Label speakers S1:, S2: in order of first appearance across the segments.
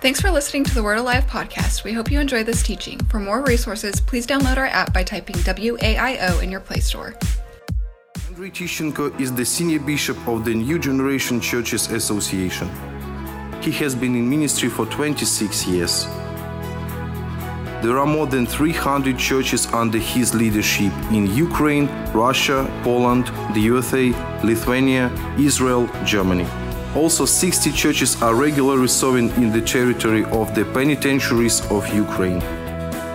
S1: Thanks for listening to the Word Alive podcast. We hope you enjoy this teaching. For more resources, please download our app by typing WAIO in your Play Store.
S2: Andrei Tischenko is the senior bishop of the New Generation Churches Association. He has been in ministry for 26 years. There are more than 300 churches under his leadership in Ukraine, Russia, Poland, the USA, Lithuania, Israel, Germany. Also, 60 churches are regularly serving in the territory of the penitentiaries of Ukraine.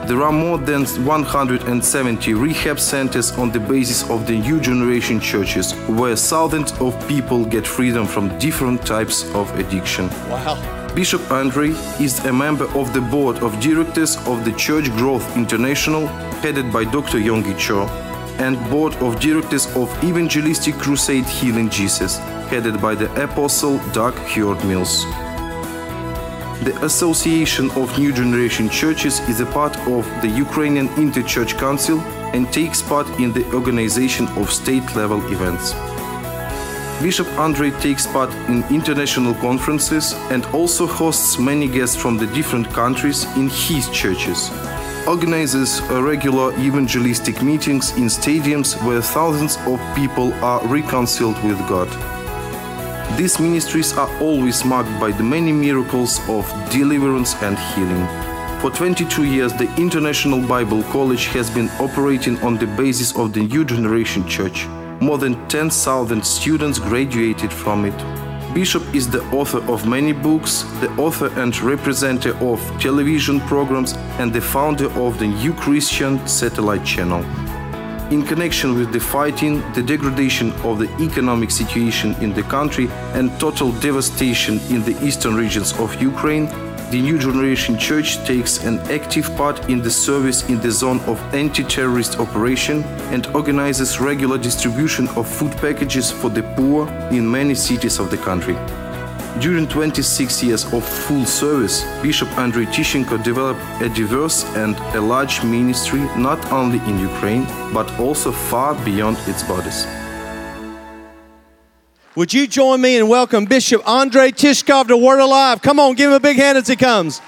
S2: There are more than 170 rehab centers on the basis of the new generation churches, where thousands of people get freedom from different types of addiction.
S3: Wow.
S2: Bishop Andrei is a member of the board of directors of the Church Growth International, headed by Dr. Yonggi Cho, and board of directors of Evangelistic Crusade Healing Jesus, headed by the apostle Doug Heward Mills. The Association of New Generation Churches is a part of the Ukrainian Interchurch Council and takes part in the organization of state level events. Bishop Andrei takes part in international conferences and also hosts many guests from the different countries in his churches. Organizes regular evangelistic meetings in stadiums where thousands of people are reconciled with God. These ministries are always marked by the many miracles of deliverance and healing. For 22 years, the International Bible College has been operating on the basis of the New Generation Church. More than 10,000 students graduated from it. Bishop is the author of many books, the author and representative of television programs, and the founder of the New Christian Satellite Channel. In connection with the fighting, the degradation of the economic situation in the country, and total devastation in the eastern regions of Ukraine, the New Generation Church takes an active part in the service in the zone of anti terrorist operation and organizes regular distribution of food packages for the poor in many cities of the country. During 26 years of full service, Bishop Andrei Tishenko developed a diverse and a large ministry not only in Ukraine, but also far beyond its borders.
S3: Would you join me and welcome Bishop Andre Tishkov to Word Alive? Come on, give him a big hand as he comes.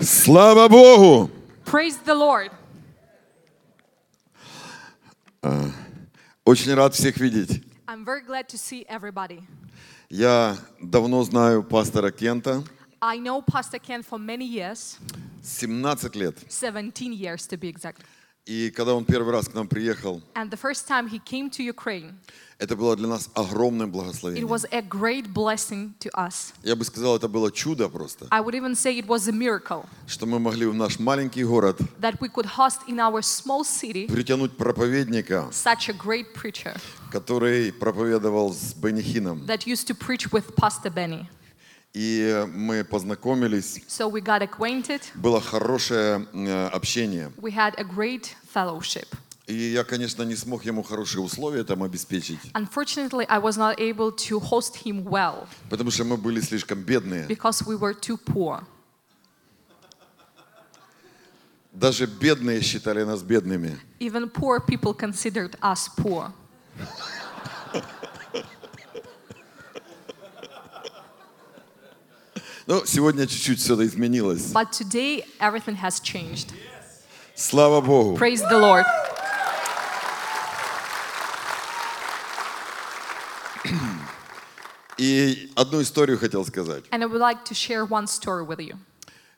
S4: Слава Богу!
S5: Praise the Lord.
S4: Очень рад всех видеть.
S5: I'm very glad to see everybody.
S4: Я давно знаю пастора Кента,
S5: I know Pastor Ken for many years,
S4: 17 лет.
S5: 17 years to be exact.
S4: И когда он первый раз к нам приехал,
S5: And the first time he came to Ukraine,
S4: это было для нас огромным
S5: it
S4: благословением.
S5: was a great blessing to us.
S4: Я бы сказал, это было чудо просто,
S5: I would even say it was a miracle
S4: что мы могли в наш маленький город
S5: that we could host in our small city
S4: притянуть проповедника,
S5: such a great preacher
S4: который проповедовал с Бенихином.
S5: that used to preach with Pastor Benny.
S4: И мы познакомились.
S5: So we got acquainted,
S4: Было хорошее э, общение.
S5: we had a great fellowship.
S4: И я, конечно, не смог ему хорошие условия там обеспечить,
S5: Unfortunately, I was not able to host him well
S4: потому что мы были слишком бедные.
S5: because we were too poor.
S4: Даже бедные считали нас бедными.
S5: Even poor people considered us poor.
S4: Но сегодня чуть-чуть все это изменилось.
S5: But today, everything has changed.
S4: Слава Богу.
S5: Praise the Lord.
S4: И одну историю хотел сказать.
S5: And I would like to share one story with you.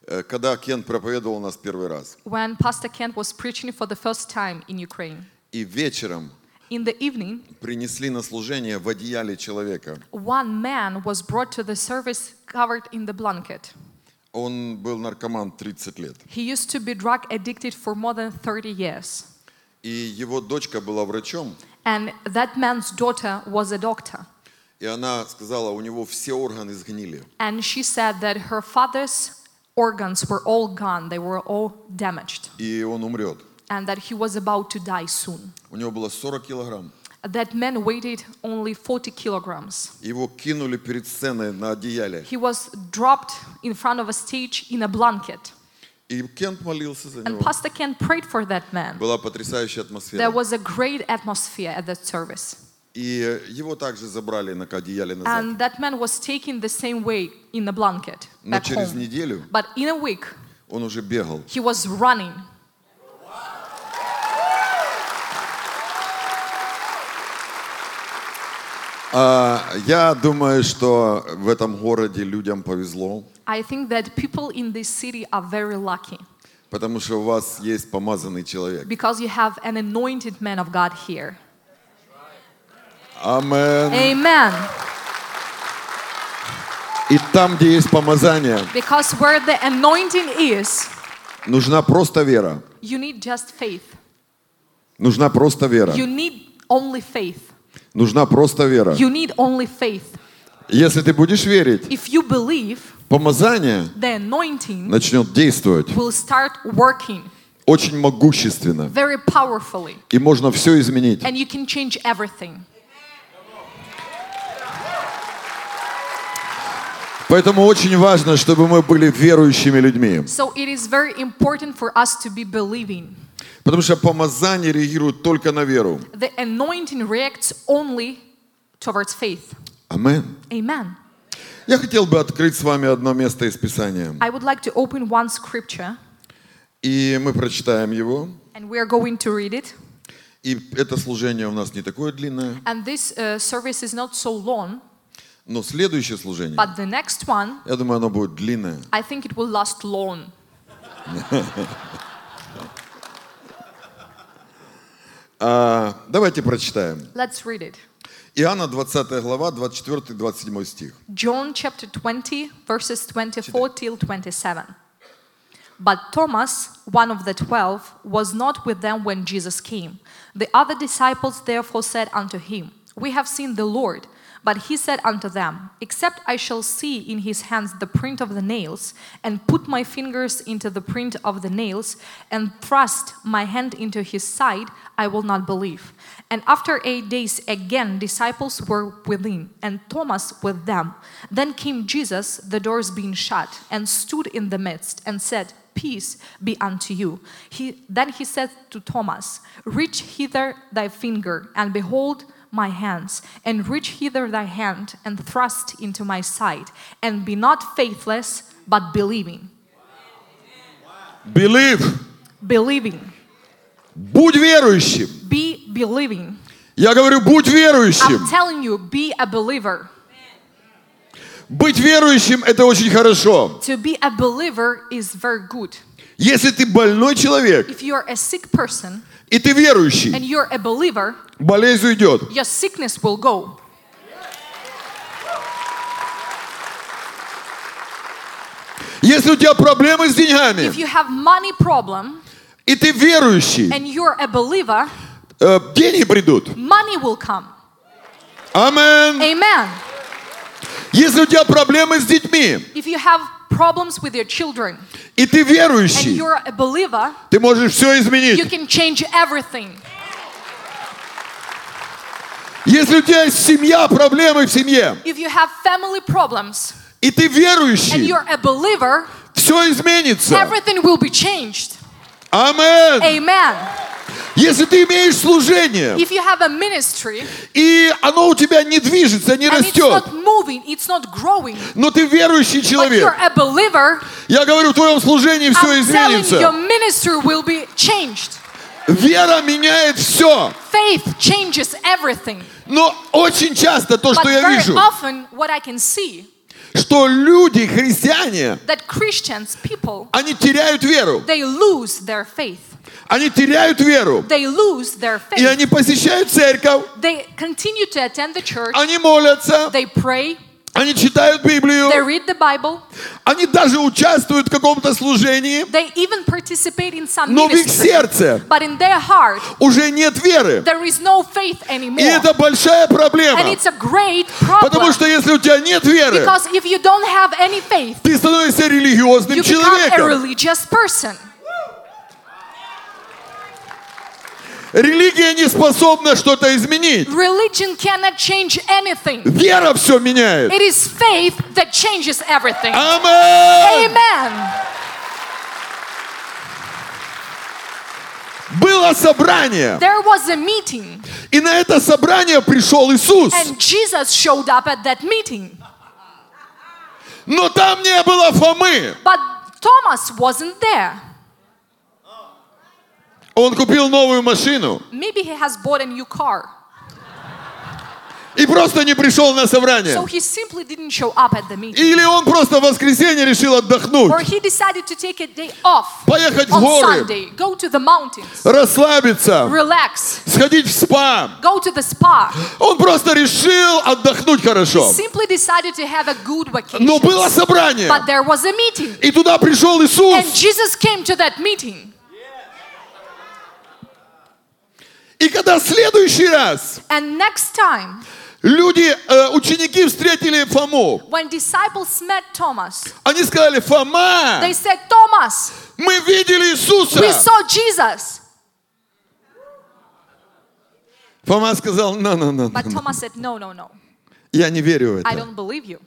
S4: Э, Когда Кен проповедовал у нас первый раз,
S5: When Pastor Kent was preaching for the first time in Ukraine,
S4: и вечером
S5: in the evening,
S4: принесли на служение в одеяле человека.
S5: one man was brought to the service covered in the blanket.
S4: Он был наркоман 30 лет.
S5: He used to be drug addicted for more than 30 years.
S4: И его дочка была врачом,
S5: And that man's daughter was a doctor.
S4: и она сказала, у него все органы сгнили.
S5: And she said that her father's organs were all gone, they were all damaged,
S4: И он умрет.
S5: and that he was about to die soon.
S4: У него было 40 килограмм.
S5: That man weighed only 40 kilograms.
S4: Его кинули перед сценой на одеяле.
S5: He was dropped in front of a stage in a blanket.
S4: И Кент молился за
S5: And
S4: него.
S5: Pastor Ken prayed for that man.
S4: Была потрясающая
S5: There
S4: атмосфера.
S5: was a great atmosphere at that service.
S4: И его также забрали на одеяле назад.
S5: And that man was taken the same way in a blanket
S4: Но
S5: back
S4: через
S5: home.
S4: неделю
S5: But in a week,
S4: он уже бегал.
S5: he was running.
S4: А, я думаю, что в этом городе людям повезло,
S5: I think that people in this city are very lucky
S4: потому что у вас есть помазанный человек.
S5: because you have an anointed man of God here.
S4: Амен.
S5: Amen.
S4: И там, где есть помазание,
S5: Because where the anointing is,
S4: нужна просто вера.
S5: you need just faith.
S4: Нужна просто вера.
S5: You need only faith.
S4: Нужна просто вера.
S5: You need only faith.
S4: Если ты будешь верить,
S5: If you believe,
S4: помазание
S5: the anointing
S4: начнет действовать
S5: will start working
S4: очень могущественно.
S5: very powerfully
S4: И можно все изменить.
S5: and you can change everything.
S4: Поэтому очень важно, чтобы мы были верующими людьми.
S5: So it is very important for us to be believing.
S4: Потому что помазание реагирует только на веру.
S5: The anointing reacts only towards faith.
S4: Амен.
S5: Amen.
S4: Я хотел бы открыть с вами одно место из Писания.
S5: I would like to open one scripture
S4: И мы прочитаем его.
S5: and we are going to read it.
S4: И это служение у нас не такое длинное,
S5: And this uh, service is not so long,
S4: но следующее служение,
S5: but the next one,
S4: я думаю, оно будет длинное.
S5: I think it will last long.
S4: А, давайте прочитаем.
S5: Let's read it.
S4: Иоанна 20 глава, 24-27 стих.
S5: John chapter 20, verses 24 till 27. But Thomas, one of the twelve, was not with them when Jesus came. The other disciples therefore said unto him, We have seen the Lord. But he said unto them, Except I shall see in his hands the print of the nails, and put my fingers into the print of the nails, and thrust my hand into his side, I will not believe. And after eight days again disciples were within, and Thomas with them. Then came Jesus, the doors being shut, and stood in the midst, and said, Peace be unto you. He, then he said to Thomas, Reach hither thy finger, and behold my hands, and reach hither thy hand, and thrust into my side, and be not faithless, but believing.
S4: Believe!
S5: Believing.
S4: Будь верующим!
S5: Be believing.
S4: Я говорю, будь верующим!
S5: I'm telling you, be a believer.
S4: Быть верующим – это очень хорошо.
S5: To be a believer is very good.
S4: Если ты больной человек,
S5: If you're a sick person
S4: и ты верующий,
S5: and you're a believer,
S4: болезнь уйдет.
S5: your sickness will go.
S4: Если у тебя проблемы с деньгами,
S5: If you have money problem
S4: и ты верующий,
S5: and you're a believer,
S4: э, деньги придут.
S5: money will come.
S4: Амен.
S5: Amen.
S4: Если у тебя проблемы с детьми,
S5: If you have problems with your children
S4: и ты
S5: and
S4: верующий,
S5: you're a believer,
S4: ты можешь все
S5: you
S4: изменить.
S5: can change everything.
S4: Если у тебя есть семья, проблемы в семье,
S5: If you have family problems
S4: и ты
S5: and
S4: верующий,
S5: you're a believer,
S4: все изменится.
S5: everything will be changed.
S4: Амен.
S5: Amen.
S4: Если ты имеешь служение,
S5: If you have a ministry
S4: и оно у тебя не движется, не
S5: and it's
S4: растет,
S5: not moving, it's not growing,
S4: но ты верующий
S5: but
S4: человек,
S5: you're a believer,
S4: я говорю, в твоем служении все
S5: I'm telling you, your
S4: изменится.
S5: ministry will be changed.
S4: Вера меняет все.
S5: Faith changes everything.
S4: Но очень часто то,
S5: But
S4: что я
S5: very
S4: вижу,
S5: often, what I can see
S4: что люди, христиане,
S5: that Christians, people,
S4: они теряют веру.
S5: they lose their faith.
S4: Они теряют веру.
S5: They lose their faith.
S4: И они посещают церковь,
S5: They continue to attend the church.
S4: они молятся,
S5: They pray.
S4: они читают
S5: They
S4: Библию,
S5: read the Bible.
S4: они даже участвуют в каком-то служении,
S5: They even participate in some
S4: но в их
S5: ministry.
S4: сердце
S5: But in their heart,
S4: уже нет веры.
S5: there is no faith anymore.
S4: И это большая
S5: And
S4: проблема.
S5: it's a great problem.
S4: Потому что если у тебя нет веры,
S5: because if you don't have any faith,
S4: ты становишься религиозным
S5: you become a
S4: человеком.
S5: religious person.
S4: Религия не способна что-то изменить.
S5: Religion cannot change anything.
S4: Вера все меняет.
S5: It is faith that changes everything.
S4: Аминь!
S5: Amen.
S4: было собрание.
S5: There was a meeting,
S4: И на это собрание пришел Иисус.
S5: and Jesus showed up at that meeting.
S4: Но там не было Фомы.
S5: But Thomas wasn't there.
S4: Он купил новую машину
S5: Maybe he has bought a new car.
S4: и просто не пришел на собрание.
S5: So he simply didn't show up at the meeting.
S4: Или он просто в воскресенье решил
S5: Or
S4: отдохнуть,
S5: he decided to take a day off
S4: поехать в
S5: on
S4: горы,
S5: Sunday, go to the
S4: Uh.
S5: mountains,
S4: расслабиться,
S5: relax,
S4: сходить в спа.
S5: go to the spa.
S4: Он просто решил отдохнуть хорошо.
S5: Simply decided to have a good vacation.
S4: Но было собрание.
S5: But there was a meeting,
S4: И туда пришел
S5: and
S4: Иисус.
S5: Jesus came to that meeting.
S4: И когда в следующий раз
S5: And next time,
S4: люди, э, ученики встретили Фому,
S5: when disciples met Thomas,
S4: они сказали, Фома,
S5: they said, Thomas,
S4: мы видели
S5: we
S4: Иисуса.
S5: saw Jesus.
S4: Фома сказал, ну, ну, ну,
S5: But Thomas said, No, no, no.
S4: я не верю в
S5: I
S4: это.
S5: don't believe you.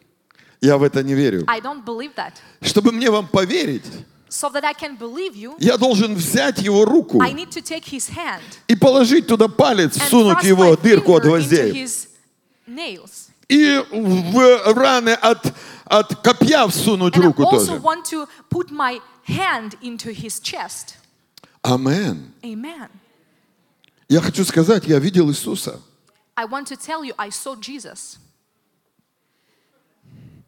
S4: Я в это не верю.
S5: I don't believe that.
S4: Чтобы мне вам поверить,
S5: So that I can believe you,
S4: я должен взять его руку
S5: I need to take his hand
S4: и положить туда палец,
S5: and
S4: сунуть
S5: thrust
S4: его
S5: my
S4: дырку от
S5: finger into
S4: гвоздей
S5: his nails.
S4: и в раны от, от копья всунуть
S5: And I
S4: руку
S5: also
S4: тоже.
S5: want to put my hand into his chest.
S4: Амен.
S5: Amen.
S4: Я хочу сказать, я видел Иисуса.
S5: I want to tell you, I saw Jesus.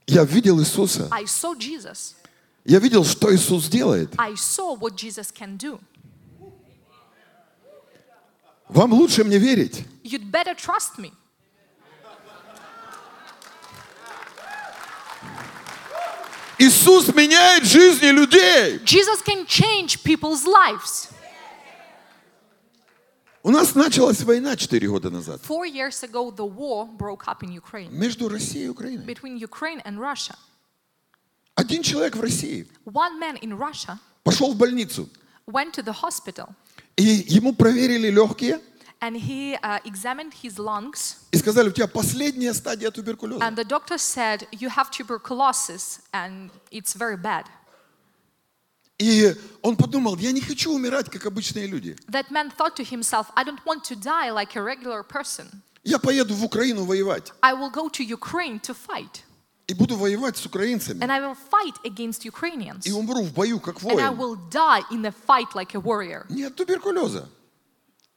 S4: Я видел Иисуса.
S5: I saw Jesus.
S4: Я видел, что Иисус делает.
S5: I saw what Jesus can do.
S4: Вам лучше мне верить.
S5: You'd better trust me.
S4: Иисус меняет жизни людей.
S5: Jesus can change people's lives.
S4: У нас началась война 4 года назад
S5: Four years ago, the war broke up in Ukraine
S4: между Россией и Украиной.
S5: between Ukraine and Russia.
S4: Один человек в России
S5: One man in Russia
S4: пошел в больницу,
S5: went to the hospital
S4: и ему проверили легкие
S5: and he uh, examined his lungs.
S4: и сказали, у тебя последняя стадия туберкулеза.
S5: And the doctor said, You have tuberculosis and it's very bad.
S4: И он подумал, я не хочу умирать, как обычные люди.
S5: That man thought to himself, I don't want to die like a regular person.
S4: Я поеду в Украину воевать
S5: I will go to Ukraine to fight.
S4: и буду воевать с украинцами.
S5: And I will fight against Ukrainians.
S4: И умру в бою, как
S5: And I
S4: воин.
S5: will die in a fight like a warrior.
S4: Нет туберкулеза.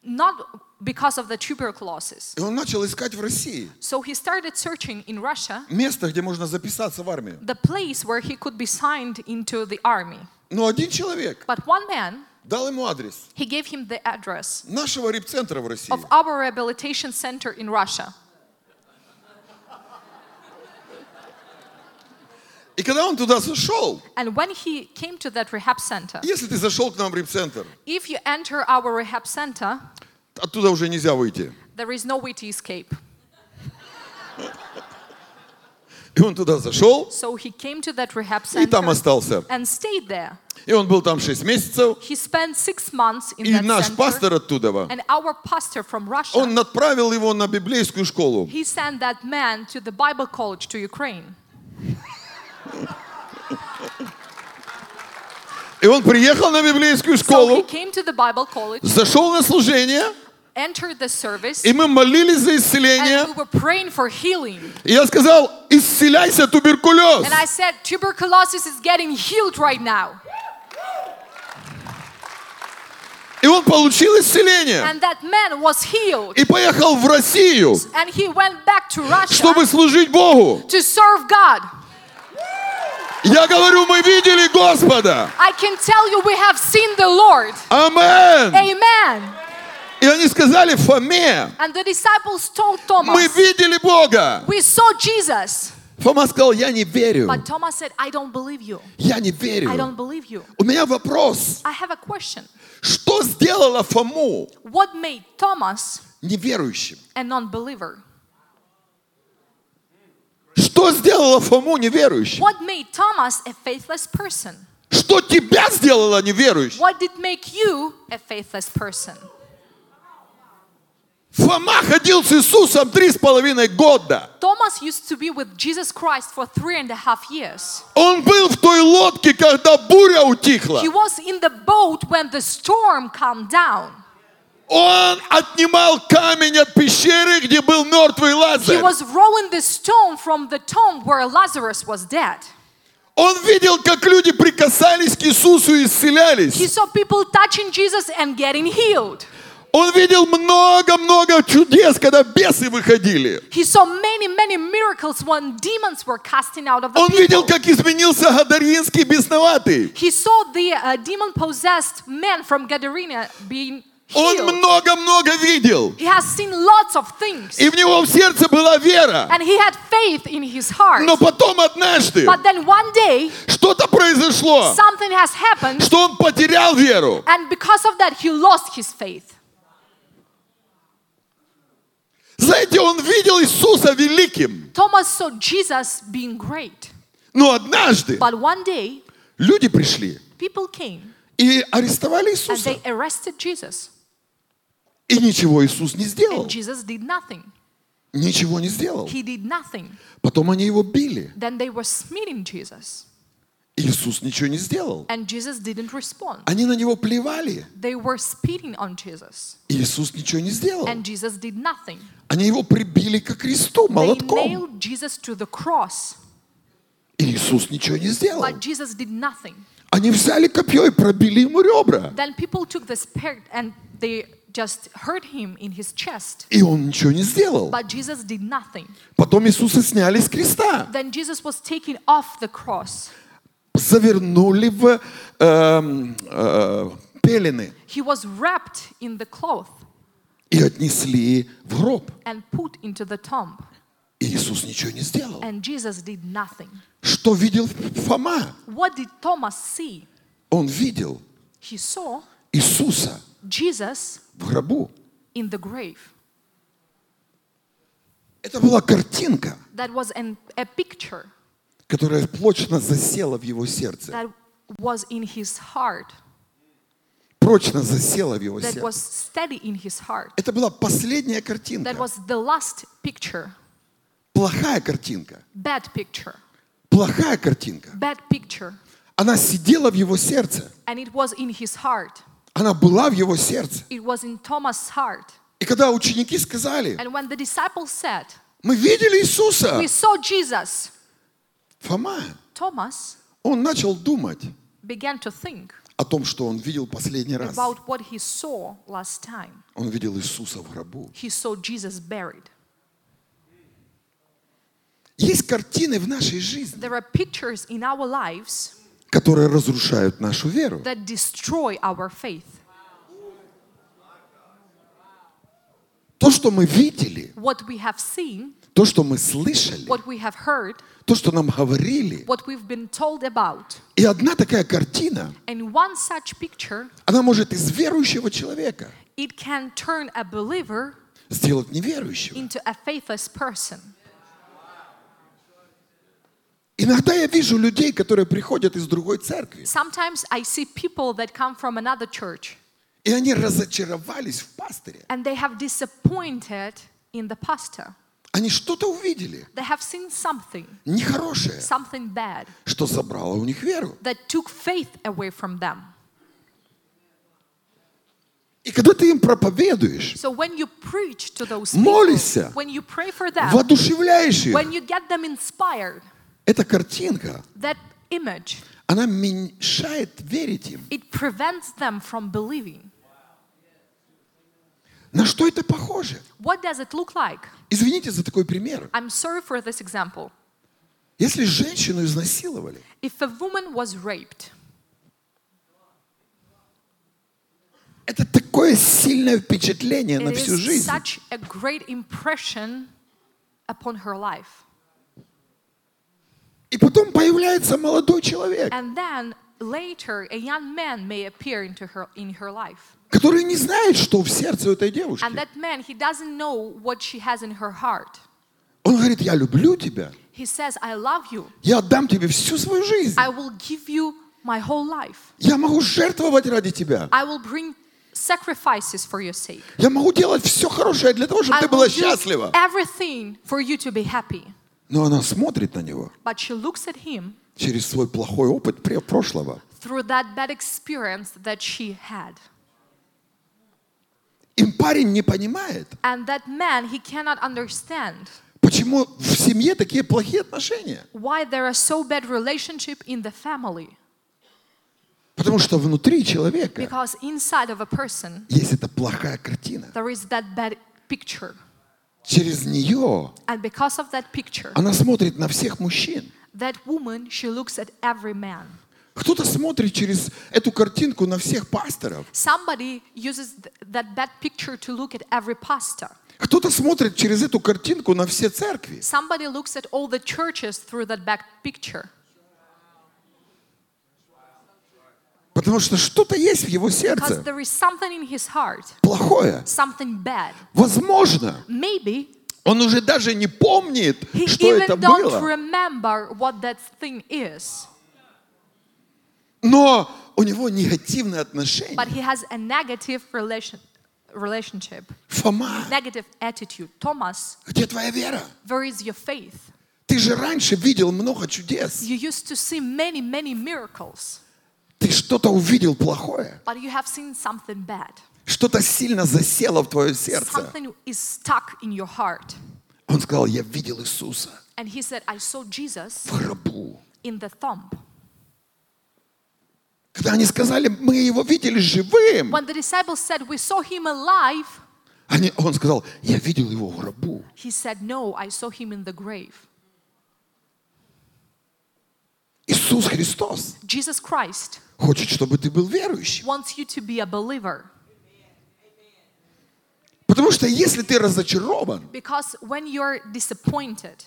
S5: Not because of the tuberculosis.
S4: И он начал искать в России
S5: So he started searching in Russia
S4: место, где можно записаться в армию.
S5: the place where he could be signed into the army.
S4: Но один человек
S5: But one man,
S4: дал ему адрес
S5: he gave him the address
S4: нашего репцентра в России.
S5: of our rehabilitation center in Russia.
S4: И когда он туда зашел,
S5: And when he came to that rehab center,
S4: если ты зашел к нам в репцентр,
S5: if you enter our rehab center,
S4: оттуда уже нельзя выйти.
S5: there is no way to escape.
S4: И он туда зашел,
S5: So he came to that rehab
S4: и там
S5: center
S4: остался.
S5: and stayed there.
S4: И он был там 6 месяцев.
S5: He spent six months in
S4: И
S5: that
S4: наш пастор
S5: center.
S4: оттуда,
S5: And our pastor from Russia,
S4: он отправил его на библейскую школу.
S5: he sent that man to the Bible college to Ukraine.
S4: И он приехал на библейскую
S5: So he
S4: школу,
S5: came to the Bible college,
S4: зашел на служение,
S5: entered the service,
S4: и мы молились за
S5: and
S4: исцеление.
S5: we were praying for healing.
S4: И я сказал, исцеляйся, туберкулез.
S5: And I said, tuberculosis is getting healed right now.
S4: И он получил исцеление.
S5: And that man was healed.
S4: И поехал в Россию,
S5: And he went back to
S4: чтобы
S5: Russia
S4: служить Богу.
S5: to serve God.
S4: Я говорю, мы видели Господа.
S5: I can tell you, we have seen the Lord.
S4: Амен.
S5: Amen.
S4: И они сказали Фоме,
S5: And the disciples told
S4: мы
S5: Thomas,
S4: видели Бога.
S5: We saw Jesus.
S4: Фома сказал, я не верю.
S5: But Thomas said, I don't believe you.
S4: Я не
S5: I
S4: верю.
S5: don't believe you.
S4: У меня вопрос.
S5: I have a question.
S4: Что сделало Фому
S5: What made Thomas
S4: неверующим?
S5: a non believer?
S4: Что сделало Фому неверующим?
S5: What made Thomas a faithless person?
S4: Что тебя сделало неверующим?
S5: What did make you a faithless person?
S4: Фома ходил с Иисусом три с половиной года.
S5: Thomas used to be with Jesus Christ for three and a half years.
S4: Он был в той лодке, когда буря утихла.
S5: He was in the boat when the storm calmed down.
S4: Он отнимал камень от пещеры, где был мертвый
S5: He
S4: Лазарь.
S5: was rolling the stone from the tomb where Lazarus was dead.
S4: Он видел, как люди прикасались к Иисусу и
S5: He
S4: исцелялись.
S5: saw people touching Jesus and getting healed.
S4: Он видел много-много чудес, когда бесы выходили.
S5: He saw many, many miracles when demons were casting out of the
S4: Он видел,
S5: people.
S4: как изменился Гадаринский бесноватый.
S5: He saw the uh, demon-possessed man from Gadarene being
S4: Он
S5: healed.
S4: много-много видел.
S5: He has seen lots of things.
S4: И в него в сердце была вера.
S5: And he had faith in his heart.
S4: Но потом однажды
S5: But then one day,
S4: что-то произошло,
S5: something has happened.
S4: что он потерял веру.
S5: And because of that, he lost his faith.
S4: Знаете, он видел Иисуса великим.
S5: Thomas saw Jesus being great.
S4: Но однажды
S5: But one day,
S4: люди пришли
S5: people came
S4: и арестовали
S5: and
S4: Иисуса.
S5: they arrested Jesus.
S4: И ничего Иисус не сделал.
S5: And Jesus did nothing.
S4: Ничего не сделал.
S5: He did nothing.
S4: Потом они его били.
S5: Then they were smiting Jesus.
S4: Иисус ничего не сделал.
S5: And Jesus didn't respond.
S4: Они на него плевали.
S5: They were spitting on Jesus.
S4: Иисус ничего не сделал.
S5: And Jesus did nothing.
S4: Они его прибили к кресту
S5: They
S4: молотком.
S5: nailed Jesus to the cross.
S4: И Иисус ничего не сделал.
S5: But Jesus did nothing.
S4: Они взяли копье и пробили ему ребра.
S5: Then people took the spear and they just hurt him in his chest.
S4: И он ничего не сделал.
S5: But Jesus did nothing.
S4: Потом Иисуса сняли с креста.
S5: Then Jesus was taken off the cross.
S4: Завернули в эм, э, пелены
S5: He was wrapped in the cloth
S4: и отнесли в гроб.
S5: and put into the tomb.
S4: И Иисус ничего не сделал.
S5: And Jesus did nothing.
S4: Что видел Фома?
S5: What did Thomas see?
S4: Он видел
S5: He saw
S4: Иисуса
S5: Jesus
S4: в гробу.
S5: in the grave.
S4: Это была картинка,
S5: That was an, a picture
S4: которая прочно засела в его сердце.
S5: that was in his heart,
S4: Прочно засела в его
S5: that was
S4: сердце.
S5: steady in his heart.
S4: Это была последняя
S5: That
S4: картинка.
S5: was the last picture,
S4: Плохая картинка.
S5: bad picture,
S4: Плохая картинка.
S5: bad picture.
S4: Она сидела в его сердце.
S5: And it was in his heart,
S4: Она была в его сердце.
S5: it was in Thomas' heart.
S4: И когда ученики сказали,
S5: And when the disciples said,
S4: мы видели Иисуса,
S5: We saw Jesus,
S4: Фома,
S5: Thomas
S4: он начал думать
S5: began to think
S4: о том, что он видел последний раз.
S5: about what he saw last time.
S4: Он видел Иисуса в гробу.
S5: He saw Jesus buried.
S4: Есть картины в нашей жизни,
S5: There are pictures in our lives
S4: которые разрушают нашу веру.
S5: that destroy our faith.
S4: То, что мы видели,
S5: What we have seen,
S4: то, что мы слышали,
S5: what we have heard,
S4: то, что нам говорили.
S5: what we've been told about.
S4: И одна такая картина,
S5: And one such picture,
S4: она может из верующего человека
S5: it can turn a believer
S4: сделать неверующего.
S5: into a faithless person.
S4: Иногда я вижу людей, которые приходят из другой церкви,
S5: Sometimes I see people that come from another church
S4: и они разочаровались в пастыре.
S5: and they have disappointed in the pastor.
S4: Они что-то увидели
S5: They have seen something,
S4: нехорошее,
S5: something bad
S4: что забрало у них веру.
S5: that took faith away from them.
S4: И когда ты им проповедуешь,
S5: So when you preach to those
S4: Молишься.
S5: people, when you pray for them,
S4: воодушевляешь их,
S5: when you get them inspired,
S4: эта картинка,
S5: that image,
S4: она мешает верить им.
S5: it prevents them from believing.
S4: На что это похоже?
S5: What does it look like?
S4: Извините за такой пример.
S5: I'm sorry for this example.
S4: Если женщину изнасиловали,
S5: If a woman was raped,
S4: это такое сильное впечатление на
S5: it
S4: всю
S5: is
S4: жизнь.
S5: such a great impression upon her life.
S4: И потом появляется молодой человек,
S5: And then later, a young man may appear into her, in her life.
S4: который не знает, что в сердце у этой девушки.
S5: And that man, he doesn't know what she has in her heart.
S4: Он говорит, я люблю тебя,
S5: He says, I love you.
S4: я отдам тебе всю свою жизнь,
S5: I will give you my whole life.
S4: я могу жертвовать ради тебя,
S5: I will bring sacrifices for your sake.
S4: я могу делать все хорошее для того, чтобы
S5: I
S4: ты
S5: will
S4: была
S5: do
S4: счастлива.
S5: everything for you to be happy.
S4: Но она смотрит на него
S5: But she looks at him
S4: через свой плохой опыт пре- прошлого
S5: through that bad experience that she had.
S4: И парень не понимает,
S5: And that man, he cannot understand
S4: почему в семье такие плохие отношения.
S5: why there are so bad relationship in the family.
S4: Потому что внутри человека
S5: Because inside of a person,
S4: есть эта плохая картина.
S5: there is that bad picture.
S4: Через нее
S5: And because of that picture,
S4: она смотрит на всех мужчин.
S5: that woman, she looks at every man.
S4: Кто-то смотрит через эту картинку на всех пасторов.
S5: Somebody uses th- that bad picture to look at every pastor.
S4: Кто-то смотрит через эту картинку на все церкви.
S5: Somebody looks at all the churches through that bad picture.
S4: Потому что что-то есть в его
S5: Because
S4: сердце
S5: there is something in his heart,
S4: плохое.
S5: something bad.
S4: Возможно,
S5: Maybe
S4: он уже даже не помнит,
S5: he
S4: что это
S5: even don't
S4: было.
S5: remember what that thing is,
S4: Но у него негативное отношение.
S5: but he has a negative relation, relationship,
S4: Фома,
S5: negative attitude. Thomas,
S4: где твоя вера?
S5: where is your faith?
S4: Ты же раньше видел много чудес.
S5: You used to see many, many miracles,
S4: Ты что-то увидел плохое.
S5: but you have seen something bad.
S4: Что-то сильно засело в твое сердце.
S5: Something is stuck in your heart.
S4: Он сказал, я видел Иисуса
S5: And he said, I saw
S4: в
S5: Jesus
S4: гробу.
S5: in the tomb.
S4: Когда они сказали, мы его видели живым,
S5: When the disciples said, We saw him alive,
S4: они, он сказал, я видел его в гробу.
S5: he said, No, I saw him in the grave.
S4: Иисус Христос
S5: Jesus Christ
S4: хочет, чтобы ты был верующим.
S5: wants you to be a believer.
S4: Потому что если ты разочарован,
S5: Because when you're disappointed,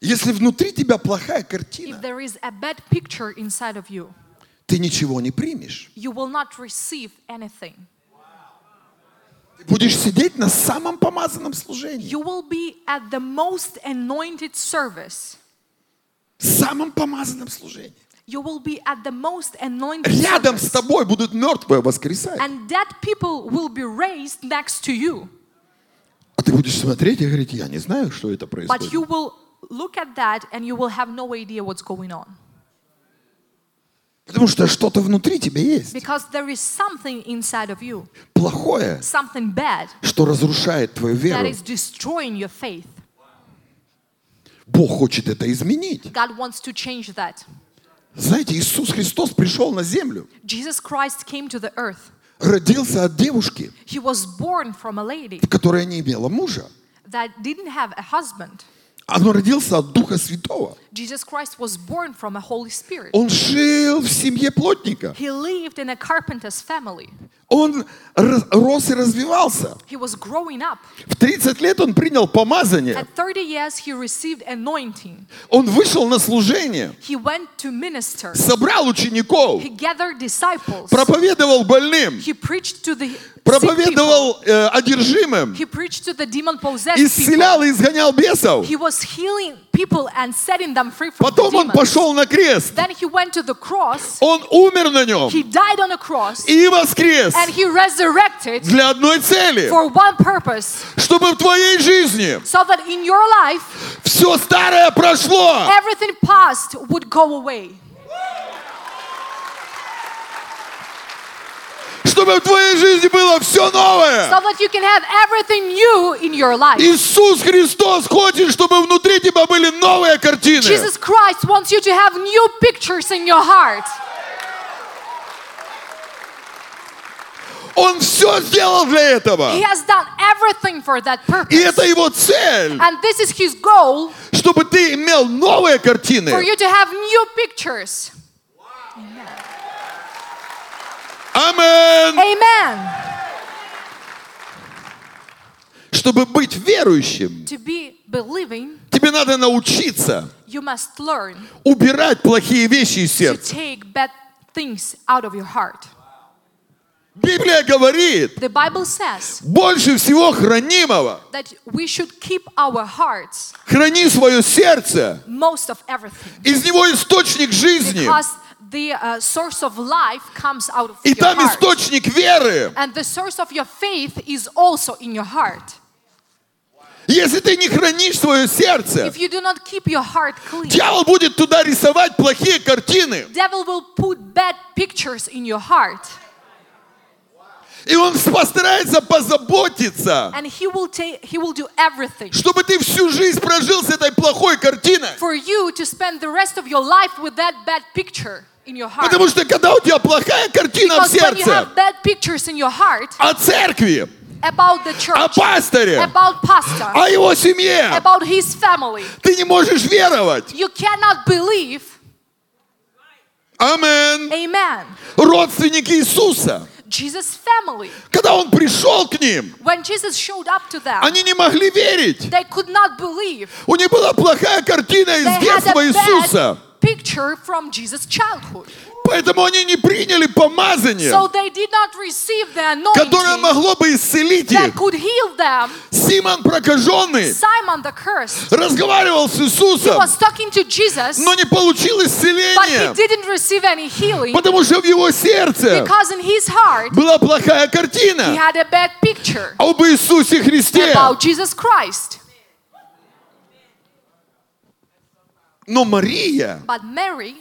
S4: если внутри тебя плохая
S5: if
S4: картина,
S5: there is a bad picture inside of you,
S4: ты ничего не примешь.
S5: you will not receive anything.
S4: Ты будешь сидеть на самом помазанном служении.
S5: You will be at the most anointed service.
S4: Самом помазанном служении.
S5: You will be at the most anointed
S4: Рядом с
S5: service.
S4: тобой будут мертвые воскресать.
S5: And dead people will be raised next to you.
S4: А ты будешь смотреть и говорить, я не знаю, что это
S5: But you
S4: происходит.
S5: will look at that and you will have no idea what's going on.
S4: Потому что что-то внутри тебя есть.
S5: Because there is something inside of you,
S4: Плохое,
S5: something bad,
S4: что разрушает твою
S5: that
S4: веру.
S5: is destroying your faith.
S4: Бог хочет это изменить.
S5: God wants to change that.
S4: Знаете, Иисус Христос пришел на землю,
S5: Jesus Christ came to the earth.
S4: родился от девушки,
S5: He was born from a lady
S4: которая не имела мужа.
S5: that didn't have a husband.
S4: Он родился от Духа Святого.
S5: Jesus Christ was born from a Holy Spirit.
S4: Он жил в семье плотника.
S5: He lived in a carpenter's family.
S4: Он раз- рос и развивался.
S5: He was growing up.
S4: В 30 лет он принял помазание.
S5: At 30 years, he received anointing.
S4: Он вышел на служение,
S5: He went to minister.
S4: собрал учеников,
S5: He gathered disciples.
S4: проповедовал больным,
S5: He preached to the sick people.
S4: проповедовал э, одержимым,
S5: He preached to the demon
S4: E
S5: possessed people.
S4: исцелял и изгонял бесов.
S5: He was healing people and setting them free from
S4: Потом он
S5: demons.
S4: пошел на крест.
S5: Then he went to the cross.
S4: Он умер на нем
S5: He died on a cross
S4: и воскрес
S5: and he resurrected
S4: для одной цели,
S5: for one purpose
S4: чтобы в твоей жизни
S5: so that in your life
S4: все старое прошло.
S5: everything past would go away.
S4: чтобы в твоей жизни было все
S5: So
S4: новое.
S5: that you can have everything new in your life.
S4: Иисус Христос хочет, чтобы внутри тебя были новые картины.
S5: Jesus Christ wants you to have new pictures in your heart.
S4: Он все сделал для этого.
S5: He has done everything for that
S4: И это
S5: purpose.
S4: его цель,
S5: And this is his goal
S4: чтобы ты имел новые
S5: for
S4: картины.
S5: you to have new pictures.
S4: Амен.
S5: Amen.
S4: Чтобы быть верующим,
S5: To be believing,
S4: тебе надо научиться
S5: you must learn
S4: убирать плохие вещи из
S5: to
S4: сердца.
S5: take bad things out of your heart.
S4: Библия говорит,
S5: The Bible says
S4: больше всего хранимого.
S5: that we should keep our hearts
S4: Храни свое сердце.
S5: most of everything
S4: Из него источник жизни.
S5: because the uh, source of life comes out of
S4: И
S5: your
S4: там
S5: heart.
S4: источник веры.
S5: And the source of your faith is also in your heart.
S4: Если ты не хранишь свое сердце,
S5: If you do not keep your heart clean,
S4: дьявол будет туда рисовать плохие картины.
S5: devil will put bad pictures in your heart.
S4: И он постарается позаботиться,
S5: And he will take he will do everything
S4: чтобы ты всю жизнь прожил с этой плохой картиной.
S5: for you to spend the rest of your life with that bad picture in your heart.
S4: Потому что когда у тебя плохая картина в
S5: Because when you
S4: сердце
S5: have bad pictures in your heart
S4: о церкви,
S5: about the
S4: о
S5: church,
S4: пасторе,
S5: about pastor,
S4: о его семье,
S5: about his family,
S4: ты не можешь веровать.
S5: you cannot believe. Э.
S4: Амен.
S5: Amen.
S4: Родственники Иисуса,
S5: Jesus' family,
S4: когда он пришел к ним,
S5: when Jesus showed up to them,
S4: они не могли верить.
S5: they could not believe.
S4: У них была плохая картина
S5: They
S4: из
S5: had
S4: детства
S5: a
S4: Иисуса.
S5: bad picture from Jesus' childhood.
S4: Поэтому они не приняли
S5: So
S4: помазание,
S5: they did not receive the
S4: которое
S5: anointing
S4: могло бы исцелить
S5: that
S4: их.
S5: could heal them.
S4: Симон прокаженный
S5: Simon the cursed
S4: разговаривал с Иисусом,
S5: was talking to Jesus,
S4: но не получил
S5: but he
S4: исцеления,
S5: didn't receive any healing
S4: потому что в его сердце
S5: because in his heart
S4: была плохая
S5: he
S4: картина
S5: had a bad picture
S4: об Иисусе Христе.
S5: about Jesus Christ.
S4: Но Мария,
S5: But Mary,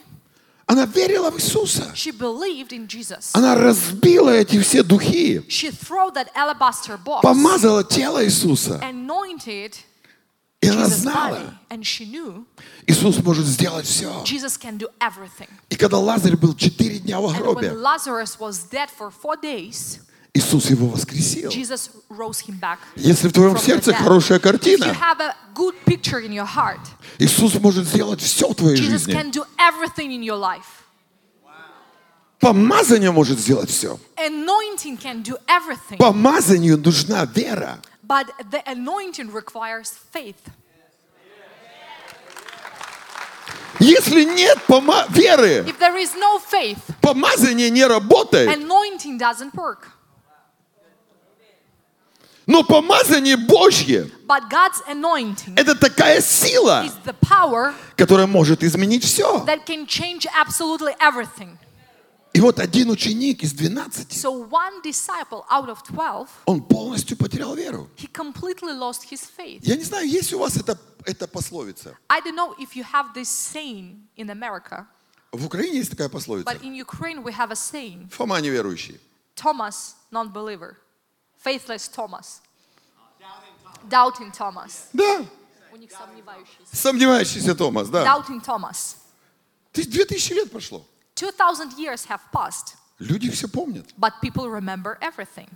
S4: она верила в Иисуса.
S5: she believed in Jesus.
S4: Она разбила эти все духи,
S5: She threw that alabaster box,
S4: помазала тело Иисуса.
S5: anointed
S4: И она
S5: Jesus' body,
S4: знала,
S5: and she knew
S4: Иисус может сделать все.
S5: Jesus can do everything.
S4: И когда Лазарь был четыре дня в
S5: And
S4: гробе,
S5: when Lazarus was dead for four days,
S4: Иисус его воскресил.
S5: Jesus rose him back.
S4: Если в твоем
S5: from the
S4: сердце
S5: dead.
S4: хорошая
S5: If you
S4: картина,
S5: have a good picture in your heart,
S4: Иисус может сделать все в твоей
S5: Jesus
S4: жизни.
S5: can do everything in your life.
S4: Помазание может сделать все.
S5: Anointing can do everything,
S4: Помазанию нужна вера.
S5: but the anointing requires faith.
S4: Если нет пома- веры,
S5: If there is no faith,
S4: помазание не работает.
S5: anointing doesn't work.
S4: Но помазание Божье
S5: But God's
S4: –
S5: anointing
S4: это такая сила,
S5: is the power
S4: которая может изменить все.
S5: that can change absolutely everything.
S4: И вот один ученик из 12,
S5: So one disciple out of 12,
S4: он полностью потерял веру.
S5: he completely lost his faith.
S4: Я не знаю, есть у вас эта, эта пословица.
S5: I don't know if you have this saying in America,
S4: В Украине есть такая пословица.
S5: but in Ukraine we have a saying
S4: Фома неверующий.
S5: Thomas, non believer. Faithless Thomas. Doubting Thomas.
S4: Да,
S5: У них сомневающийся.
S4: сомневающийся Томас, да.
S5: Doubting Thomas.
S4: Ты- Две тысячи лет прошло.
S5: 2000 years have passed,
S4: Люди все помнят.
S5: but people remember everything.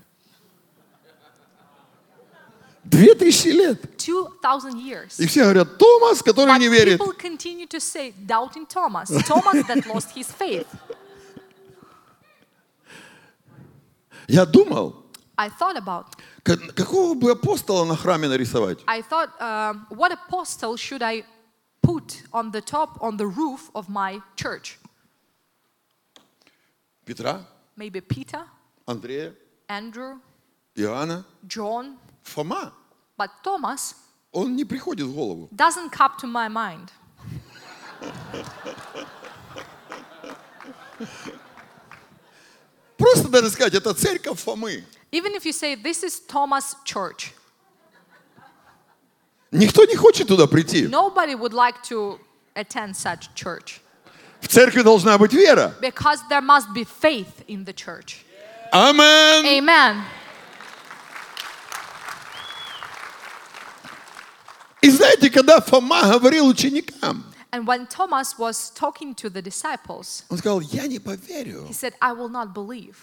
S4: Две тысячи лет.
S5: 2000 years.
S4: И все говорят, Томас, который
S5: But
S4: не верит.
S5: people continue to say, doubting Thomas, Thomas that lost his faith.
S4: Я думал,
S5: I thought about,
S4: ка- какого бы апостола на храме нарисовать?
S5: I thought, um, what apostle should I put on the top, on the roof of my church?
S4: Петра,
S5: Maybe Peter,
S4: Андрея,
S5: Andrew,
S4: Иоанна,
S5: John,
S4: Фома.
S5: but Thomas
S4: Он не приходит в голову.
S5: doesn't come to my mind.
S4: Просто даже сказать, это церковь Фомы.
S5: Even if you say, this is Thomas' church,
S4: Никто не хочет туда прийти.
S5: nobody would like to attend such church
S4: В церкви должна быть вера.
S5: because there must be faith in the church.
S4: Амен.
S5: Amen.
S4: И знаете, когда Фома говорил ученикам,
S5: And when Thomas was talking to the disciples,
S4: он сказал, я не поверю,
S5: He said, I will not believe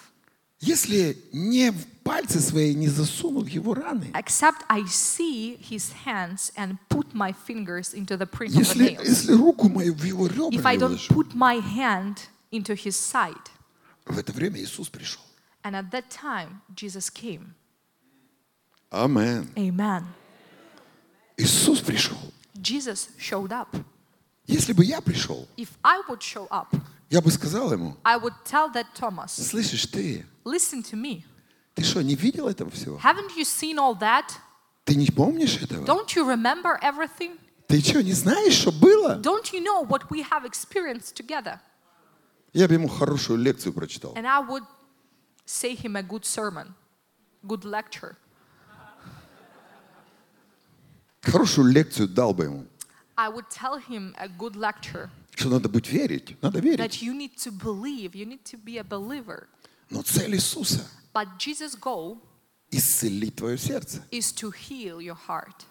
S4: если не в пальцы свои не засунут его
S5: А
S4: раны.
S5: except I see his hands and put my fingers into the print of the
S4: Если,
S5: nails.
S4: если руку мою в его ребра не
S5: If I don't
S4: вложу».
S5: put my hand into his side.
S4: В это время Иисус пришел.
S5: And at that time, Jesus came.
S4: Амен.
S5: Amen.
S4: Иисус пришел.
S5: Jesus showed up.
S4: Если бы я пришел,
S5: If I would show up,
S4: я бы сказал ему,
S5: I would tell that Thomas,
S4: слышишь ты,
S5: listen to me.
S4: ты что, не видел этого всего?
S5: Haven't you seen all that?
S4: Ты не помнишь этого?
S5: Don't you remember everything?
S4: Ты что, не знаешь, что было?
S5: Don't you know what we have experienced together?
S4: Я бы ему хорошую лекцию прочитал.
S5: And I would say him a good sermon, good lecture.
S4: Хорошую лекцию дал бы ему.
S5: I would tell him a good lecture
S4: Что надо быть верить. Надо верить.
S5: that you need to believe, you need to be a believer.
S4: Но цель Иисуса
S5: But Jesus' goal
S4: – исцелить твое сердце.
S5: is to heal your heart.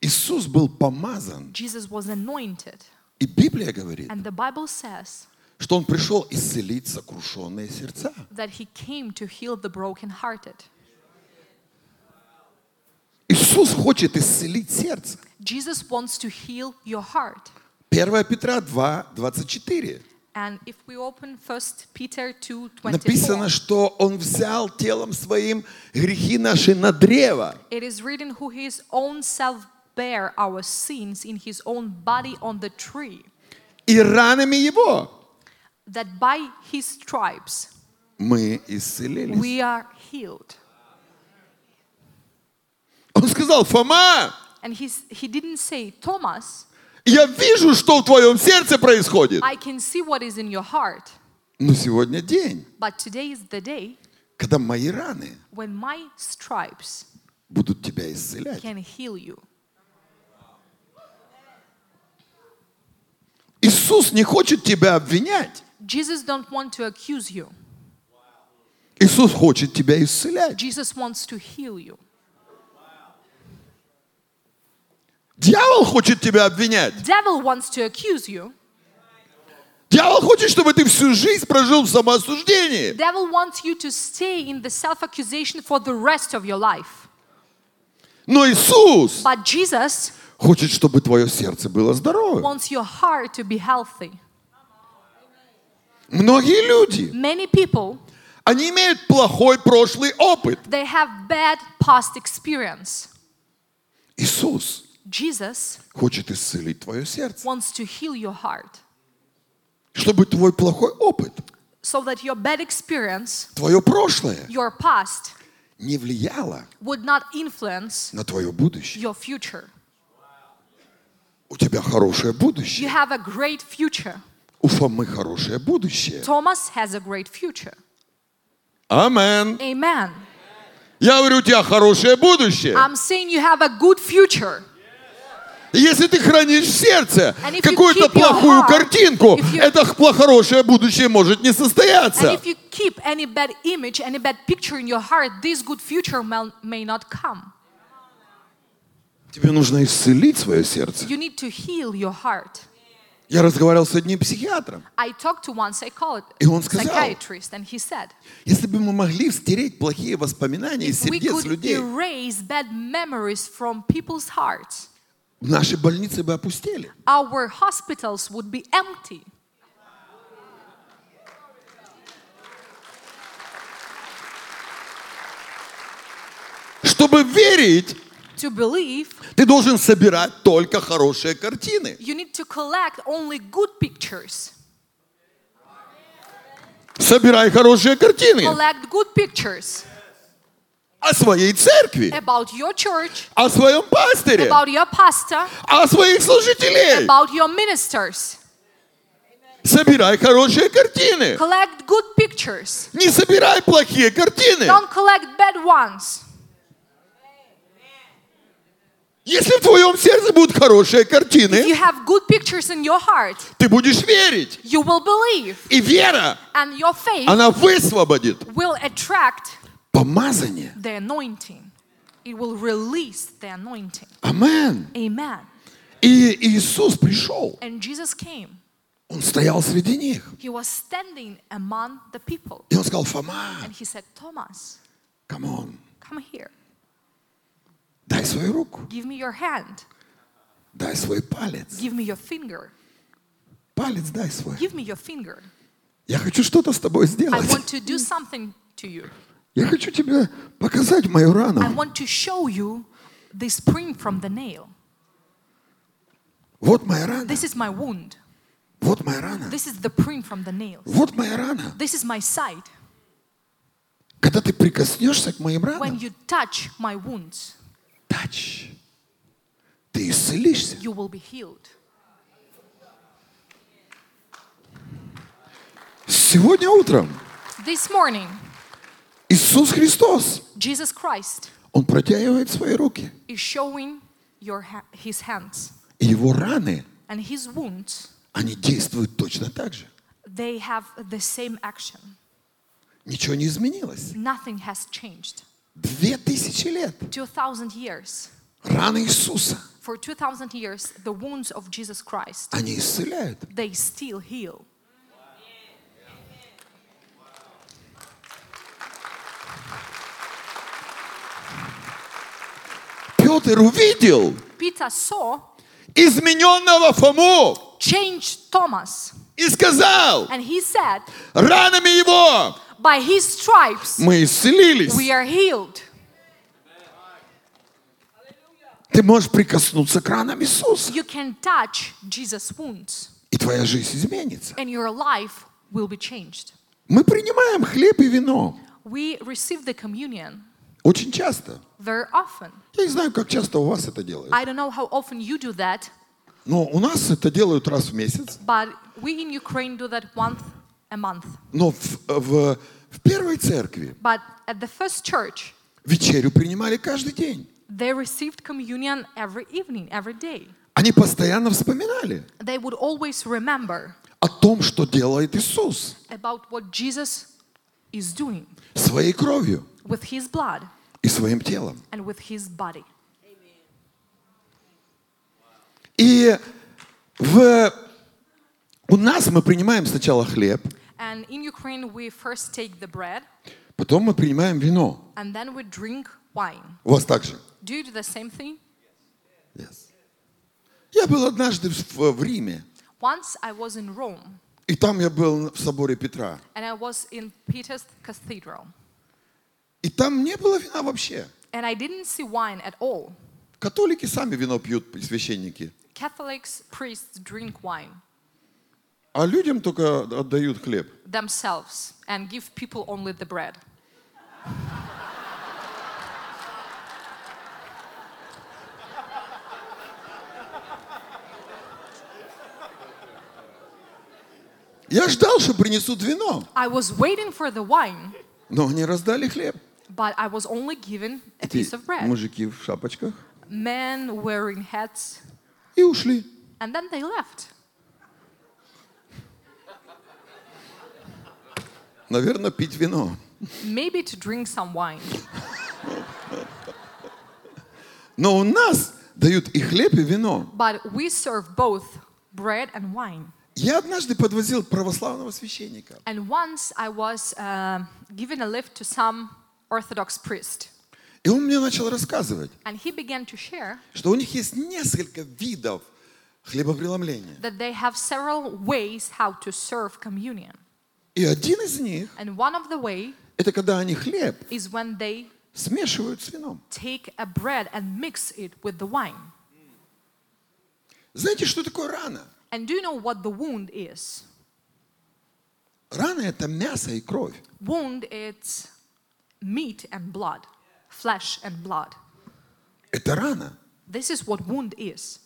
S4: Иисус был помазан.
S5: Jesus was anointed,
S4: И Библия говорит,
S5: and the Bible says
S4: что Он пришел исцелить сокрушенные сердца.
S5: that he came to heal the brokenhearted.
S4: Иисус хочет исцелить сердце.
S5: Jesus wants to heal your heart.
S4: 1 Петра 2, 24.
S5: And if we open 1 Peter 2
S4: Написано, что Он взял телом Своим грехи наши на древо.
S5: it is written who his own self bare our sins in his own body on the tree,
S4: И ранами Его
S5: that by his stripes
S4: мы исцелились.
S5: we are healed.
S4: Он сказал, Фома,
S5: And he's, he didn't say, Thomas,
S4: я вижу, что в твоем сердце происходит.
S5: I can see what is in your heart,
S4: Но сегодня день,
S5: but today is the day
S4: когда мои раны
S5: when my stripes
S4: будут тебя исцелять.
S5: can heal you.
S4: Иисус не хочет тебя обвинять.
S5: Jesus don't want to accuse you.
S4: Иисус хочет тебя исцелять.
S5: Jesus wants to heal you.
S4: Дьявол хочет тебя обвинять.
S5: Devil wants to accuse you.
S4: Дьявол хочет, чтобы ты всю жизнь прожил в самоосуждении.
S5: Devil wants you to stay in the self-accusation for the rest of your life.
S4: Но Иисус
S5: But Jesus
S4: хочет, чтобы твое сердце было здоровым.
S5: wants your heart to be healthy.
S4: Многие люди,
S5: Many people
S4: они имеют плохой прошлый опыт.
S5: they have bad past experience.
S4: Иисус
S5: Jesus
S4: хочет исцелить твое сердце,
S5: wants to heal your heart
S4: чтобы твой плохой опыт,
S5: so that your bad experience,
S4: твое прошлое
S5: your past
S4: не влияло
S5: would not influence
S4: на твое будущее.
S5: your future.
S4: У тебя хорошее
S5: You
S4: будущее.
S5: have a great future.
S4: У Фомы хорошее будущее.
S5: Thomas has a great future.
S4: Амен.
S5: Amen.
S4: Я говорю, у тебя хорошее будущее.
S5: I'm saying you have a good future.
S4: Если ты хранишь в сердце
S5: And if you
S4: какую-то
S5: keep your
S4: плохую
S5: heart,
S4: картинку,
S5: if you-
S4: это х- хорошее будущее может не
S5: And
S4: состояться.
S5: if you keep any bad image, any bad picture in your heart, this good future mel- may not come.
S4: Тебе нужно исцелить свое сердце.
S5: You need to heal your heart.
S4: Я разговаривал с одним психиатром.
S5: I talked to one psychologist,
S4: И он сказал,
S5: psychiatrist, and he said,
S4: Если бы мы могли стереть плохие воспоминания из
S5: we
S4: сердец
S5: could
S4: людей,
S5: erase bad memories from people's hearts.
S4: наши больницы бы опустели.
S5: Our hospitals would be empty.
S4: Чтобы верить,
S5: To believe,
S4: ты должен собирать только хорошие картины.
S5: you need to collect only good pictures.
S4: Собирай хорошие картины
S5: Collect good pictures
S4: о своей церкви,
S5: about your church,
S4: о своем пастыре,
S5: about your pastor,
S4: о своих служителей.
S5: about your ministers.
S4: Собирай хорошие картины.
S5: Collect good pictures.
S4: Не собирай плохие картины.
S5: Don't collect bad ones.
S4: Если в твоем сердце будут хорошие
S5: If you
S4: картины,
S5: have good pictures in your heart,
S4: ты будешь верить.
S5: you will believe,
S4: И вера,
S5: and your faith
S4: она высвободит
S5: will attract
S4: помазание.
S5: the anointing. It will release the anointing.
S4: Амен.
S5: Amen.
S4: И Иисус пришел.
S5: And Jesus came.
S4: Он стоял среди них.
S5: He was standing among the people.
S4: И он сказал, Фома,
S5: And he said, Thomas,
S4: камон,
S5: come here.
S4: дай свою руку,
S5: Give me your hand.
S4: дай свой палец.
S5: Give me your finger.
S4: Палец дай свой.
S5: Give me your finger.
S4: Я хочу что-то с тобой
S5: I
S4: сделать.
S5: want to do something to you.
S4: Я хочу тебе показать мою
S5: I
S4: рану.
S5: want to show you this print from the nail.
S4: Вот моя рана.
S5: This is my wound.
S4: Вот моя рана.
S5: This is the print from the nails.
S4: Вот моя рана.
S5: This is my side.
S4: Когда ты прикоснешься к моим
S5: When
S4: ранам,
S5: you touch my wounds,
S4: тач, ты исцелишься.
S5: you will be healed.
S4: Сегодня утром
S5: This morning,
S4: Иисус Христос,
S5: Jesus Christ
S4: Он протягивает свои руки.
S5: is showing your ha- his hands
S4: И Его раны,
S5: and his wounds
S4: они действуют точно так же.
S5: they have the same action.
S4: Ничего не изменилось.
S5: Nothing has changed.
S4: Две тысячи лет.
S5: 2,000 years.
S4: Раны Иисуса,
S5: For 2,000 years, the wounds of Jesus Christ,
S4: они исцеляют.
S5: they still heal.
S4: Петр увидел
S5: Peter saw
S4: измененного Фому
S5: changed Thomas,
S4: и сказал,
S5: and he said,
S4: ранами его
S5: By his stripes
S4: мы исцелились.
S5: we are healed.
S4: Ты можешь прикоснуться к ранам Иисуса,
S5: You can touch Jesus' wounds,
S4: и твоя жизнь изменится.
S5: and your life will be changed.
S4: Мы принимаем хлеб и вино
S5: We receive the communion
S4: очень часто.
S5: very often.
S4: Я не знаю, как часто у вас это делают.
S5: I don't know how often you do that,
S4: Но у нас это делают раз в месяц.
S5: but we in Ukraine do that once a month.
S4: Но в, в- в первой церкви
S5: But at the first church,
S4: вечерю принимали каждый день.
S5: they received communion every evening, every day.
S4: Они постоянно вспоминали
S5: They would always remember
S4: о том, что делает Иисус
S5: about what Jesus is doing
S4: своей кровью
S5: with his blood
S4: и своим телом.
S5: and with his body.
S4: И в... у нас мы принимаем сначала хлеб,
S5: And in Ukraine, we first take the bread
S4: потом мы принимаем вино.
S5: and then we drink wine.
S4: У вас так же?
S5: Do you do the same thing?
S4: Yes. Я был однажды в, в Риме,
S5: Once I was in Rome
S4: и там я был в соборе Петра.
S5: and I was in Peter's Cathedral
S4: И там не было вина вообще.
S5: and I didn't see wine at all.
S4: Католики сами вино пьют, священники.
S5: Catholics, priests drink wine
S4: А людям только отдают хлеб.
S5: themselves and give people only the bread.
S4: Я ждал, что принесут вино,
S5: I was waiting for the wine,
S4: но они раздали хлеб.
S5: but I was only given a
S4: Эти
S5: piece of bread.
S4: мужики в шапочках.
S5: Men wearing hats,
S4: И ушли.
S5: and then they left.
S4: Наверное, пить вино.
S5: Maybe to drink some wine.
S4: Но у нас дают и хлеб, и вино.
S5: But we serve both bread and wine.
S4: Я однажды подвозил православного священника.
S5: And once I was um given a lift to some Orthodox priest,
S4: И он мне начал рассказывать,
S5: and he began to share
S4: что у них есть несколько видов хлебопреломления.
S5: that they have several ways how to serve communion.
S4: И один из них,
S5: And one of the way
S4: это когда они хлеб
S5: is when they
S4: смешивают с вином.
S5: take a bread and mix it with the wine.
S4: Знаете, что такое рана?
S5: And do you know what the wound is?
S4: Рана – это мясо и кровь.
S5: Wound it's meat and blood, flesh and blood.
S4: Это рана.
S5: This is what wound is.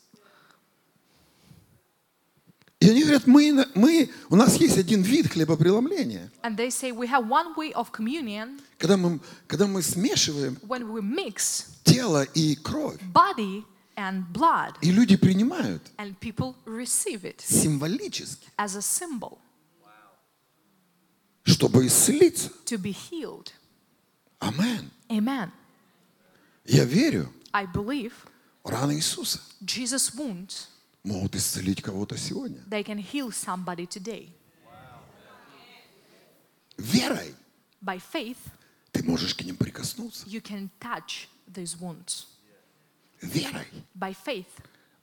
S4: И они говорят, мы, на- мы, у нас есть один вид хлебопреломления.
S5: And they say we have one way of communion
S4: Когда мы, когда мы смешиваем
S5: when we mix
S4: тело и кровь.
S5: body and blood
S4: И люди принимают
S5: and people receive it
S4: символически,
S5: as a symbol
S4: чтобы исцелиться.
S5: to be healed.
S4: Амен.
S5: Amen.
S4: Я верю,
S5: I believe
S4: раны Иисуса
S5: Jesus' wounds,
S4: могут исцелить кого-то сегодня.
S5: they can heal somebody today.
S4: Верой
S5: By faith,
S4: ты можешь к ним прикоснуться.
S5: you can touch these wounds.
S4: Верой
S5: By faith,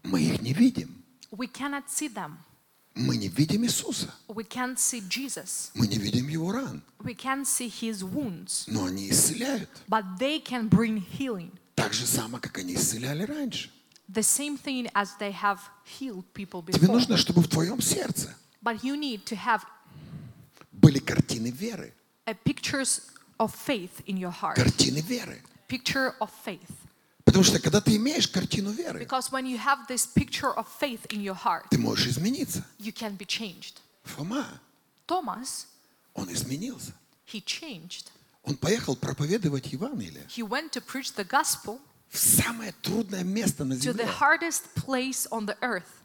S4: мы их не видим.
S5: we cannot see them.
S4: Мы не видим Иисуса.
S5: We can't see Jesus.
S4: Мы не видим Его ран.
S5: We can't see his wounds.
S4: Но они исцеляют.
S5: But they can bring healing.
S4: Так же само, как они исцеляли раньше.
S5: The same thing as they have healed people
S4: Тебе
S5: before.
S4: нужно, чтобы в твоем сердце
S5: But you need to have
S4: были картины веры.
S5: a pictures of faith in your heart.
S4: Картины веры.
S5: Picture of faith.
S4: Потому что когда ты имеешь картину веры,
S5: Because when you have this picture of faith in your heart,
S4: ты можешь измениться.
S5: you can be changed.
S4: Фома,
S5: Thomas,
S4: он изменился.
S5: he changed.
S4: Он поехал проповедовать Евангелие
S5: He went to preach the gospel
S4: в самое трудное место на
S5: to the
S4: земле,
S5: hardest place on the earth,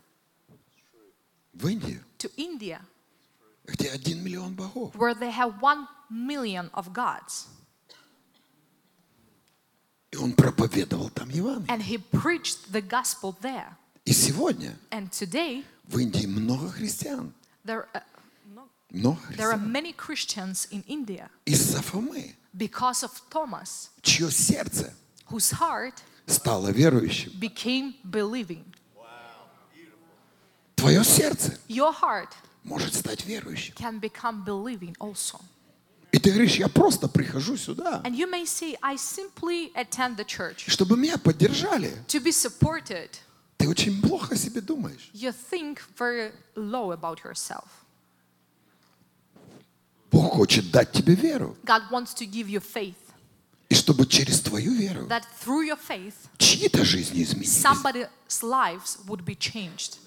S4: в Индию.
S5: to India.
S4: где один миллион богов.
S5: where they have one million of gods.
S4: И он проповедовал там Евангелие.
S5: And he preached the gospel there.
S4: И сегодня
S5: And today,
S4: в Индии много христиан.
S5: there, uh,
S4: Много
S5: there are
S4: христиан.
S5: many Christians in India
S4: Из-за Фомы,
S5: because of Thomas,
S4: чье сердце
S5: whose heart
S4: стало верующим.
S5: became believing.
S4: Твое сердце
S5: Your heart
S4: может стать верующим.
S5: can become believing also.
S4: И ты говоришь, я просто прихожу сюда,
S5: And you may say, I simply attend the church.
S4: чтобы меня поддержали.
S5: To be supported,
S4: Ты очень плохо о себе думаешь.
S5: you think very low about yourself.
S4: Бог хочет дать тебе веру.
S5: God wants to give you faith,
S4: И чтобы через твою веру
S5: that through your faith,
S4: чьи-то жизни изменились.
S5: somebody's lives would be changed.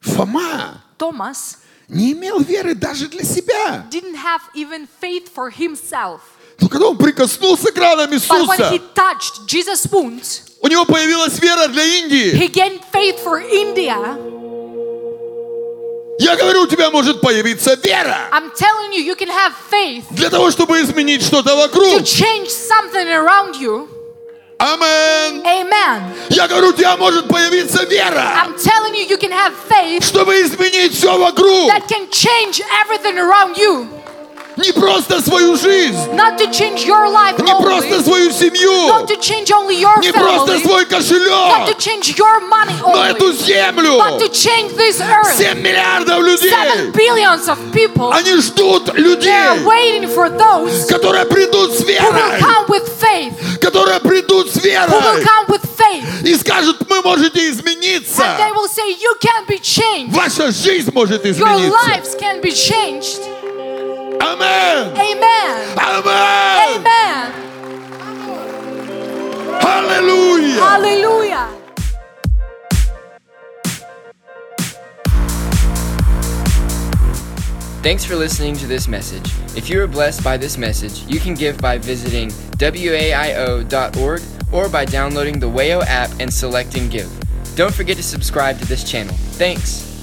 S4: Фома
S5: Thomas
S4: не имел веры даже для себя.
S5: didn't have even faith for himself.
S4: Но когда он прикоснулся к ранам
S5: But when he
S4: Иисуса,
S5: touched Jesus' wounds,
S4: у него появилась вера для Индии.
S5: he gained faith for India.
S4: Я говорю, у тебя может появиться вера
S5: I'm telling you, you can have faith
S4: для того, чтобы изменить что-то
S5: to
S4: вокруг.
S5: change something around you.
S4: Амен.
S5: Amen.
S4: Я говорю, у тебя может появиться вера,
S5: I'm telling you, you can have faith
S4: чтобы изменить все вокруг.
S5: that can change everything around you.
S4: Не просто свою жизнь,
S5: Not to change your life
S4: не просто
S5: only.
S4: свою семью,
S5: Not to change only your
S4: не просто
S5: family.
S4: свой
S5: Not to
S4: кошелек,
S5: change your money
S4: но эту
S5: only.
S4: землю.
S5: But to change this earth.
S4: 7 миллиардов людей.
S5: Seven billions of people.
S4: Они ждут
S5: They
S4: людей,
S5: are waiting for those
S4: которые придут с
S5: who will
S4: верой,
S5: come with faith,
S4: которые придут с
S5: who will
S4: верой
S5: come with faith,
S4: и скажут, мы можете
S5: and they
S4: измениться.
S5: will say, "You can be changed.
S4: Ваша жизнь может
S5: Your
S4: измениться.
S5: lives can be changed."
S4: Амен!
S5: Amen.
S4: Амен!
S5: Amen.
S4: Аллилуйя!
S5: Hallelujah.
S6: Thanks for listening to this message. If you are blessed by this message, you can give by visiting waio.org or by downloading the WAO app and selecting Give. Don't forget to subscribe to this channel. Thanks!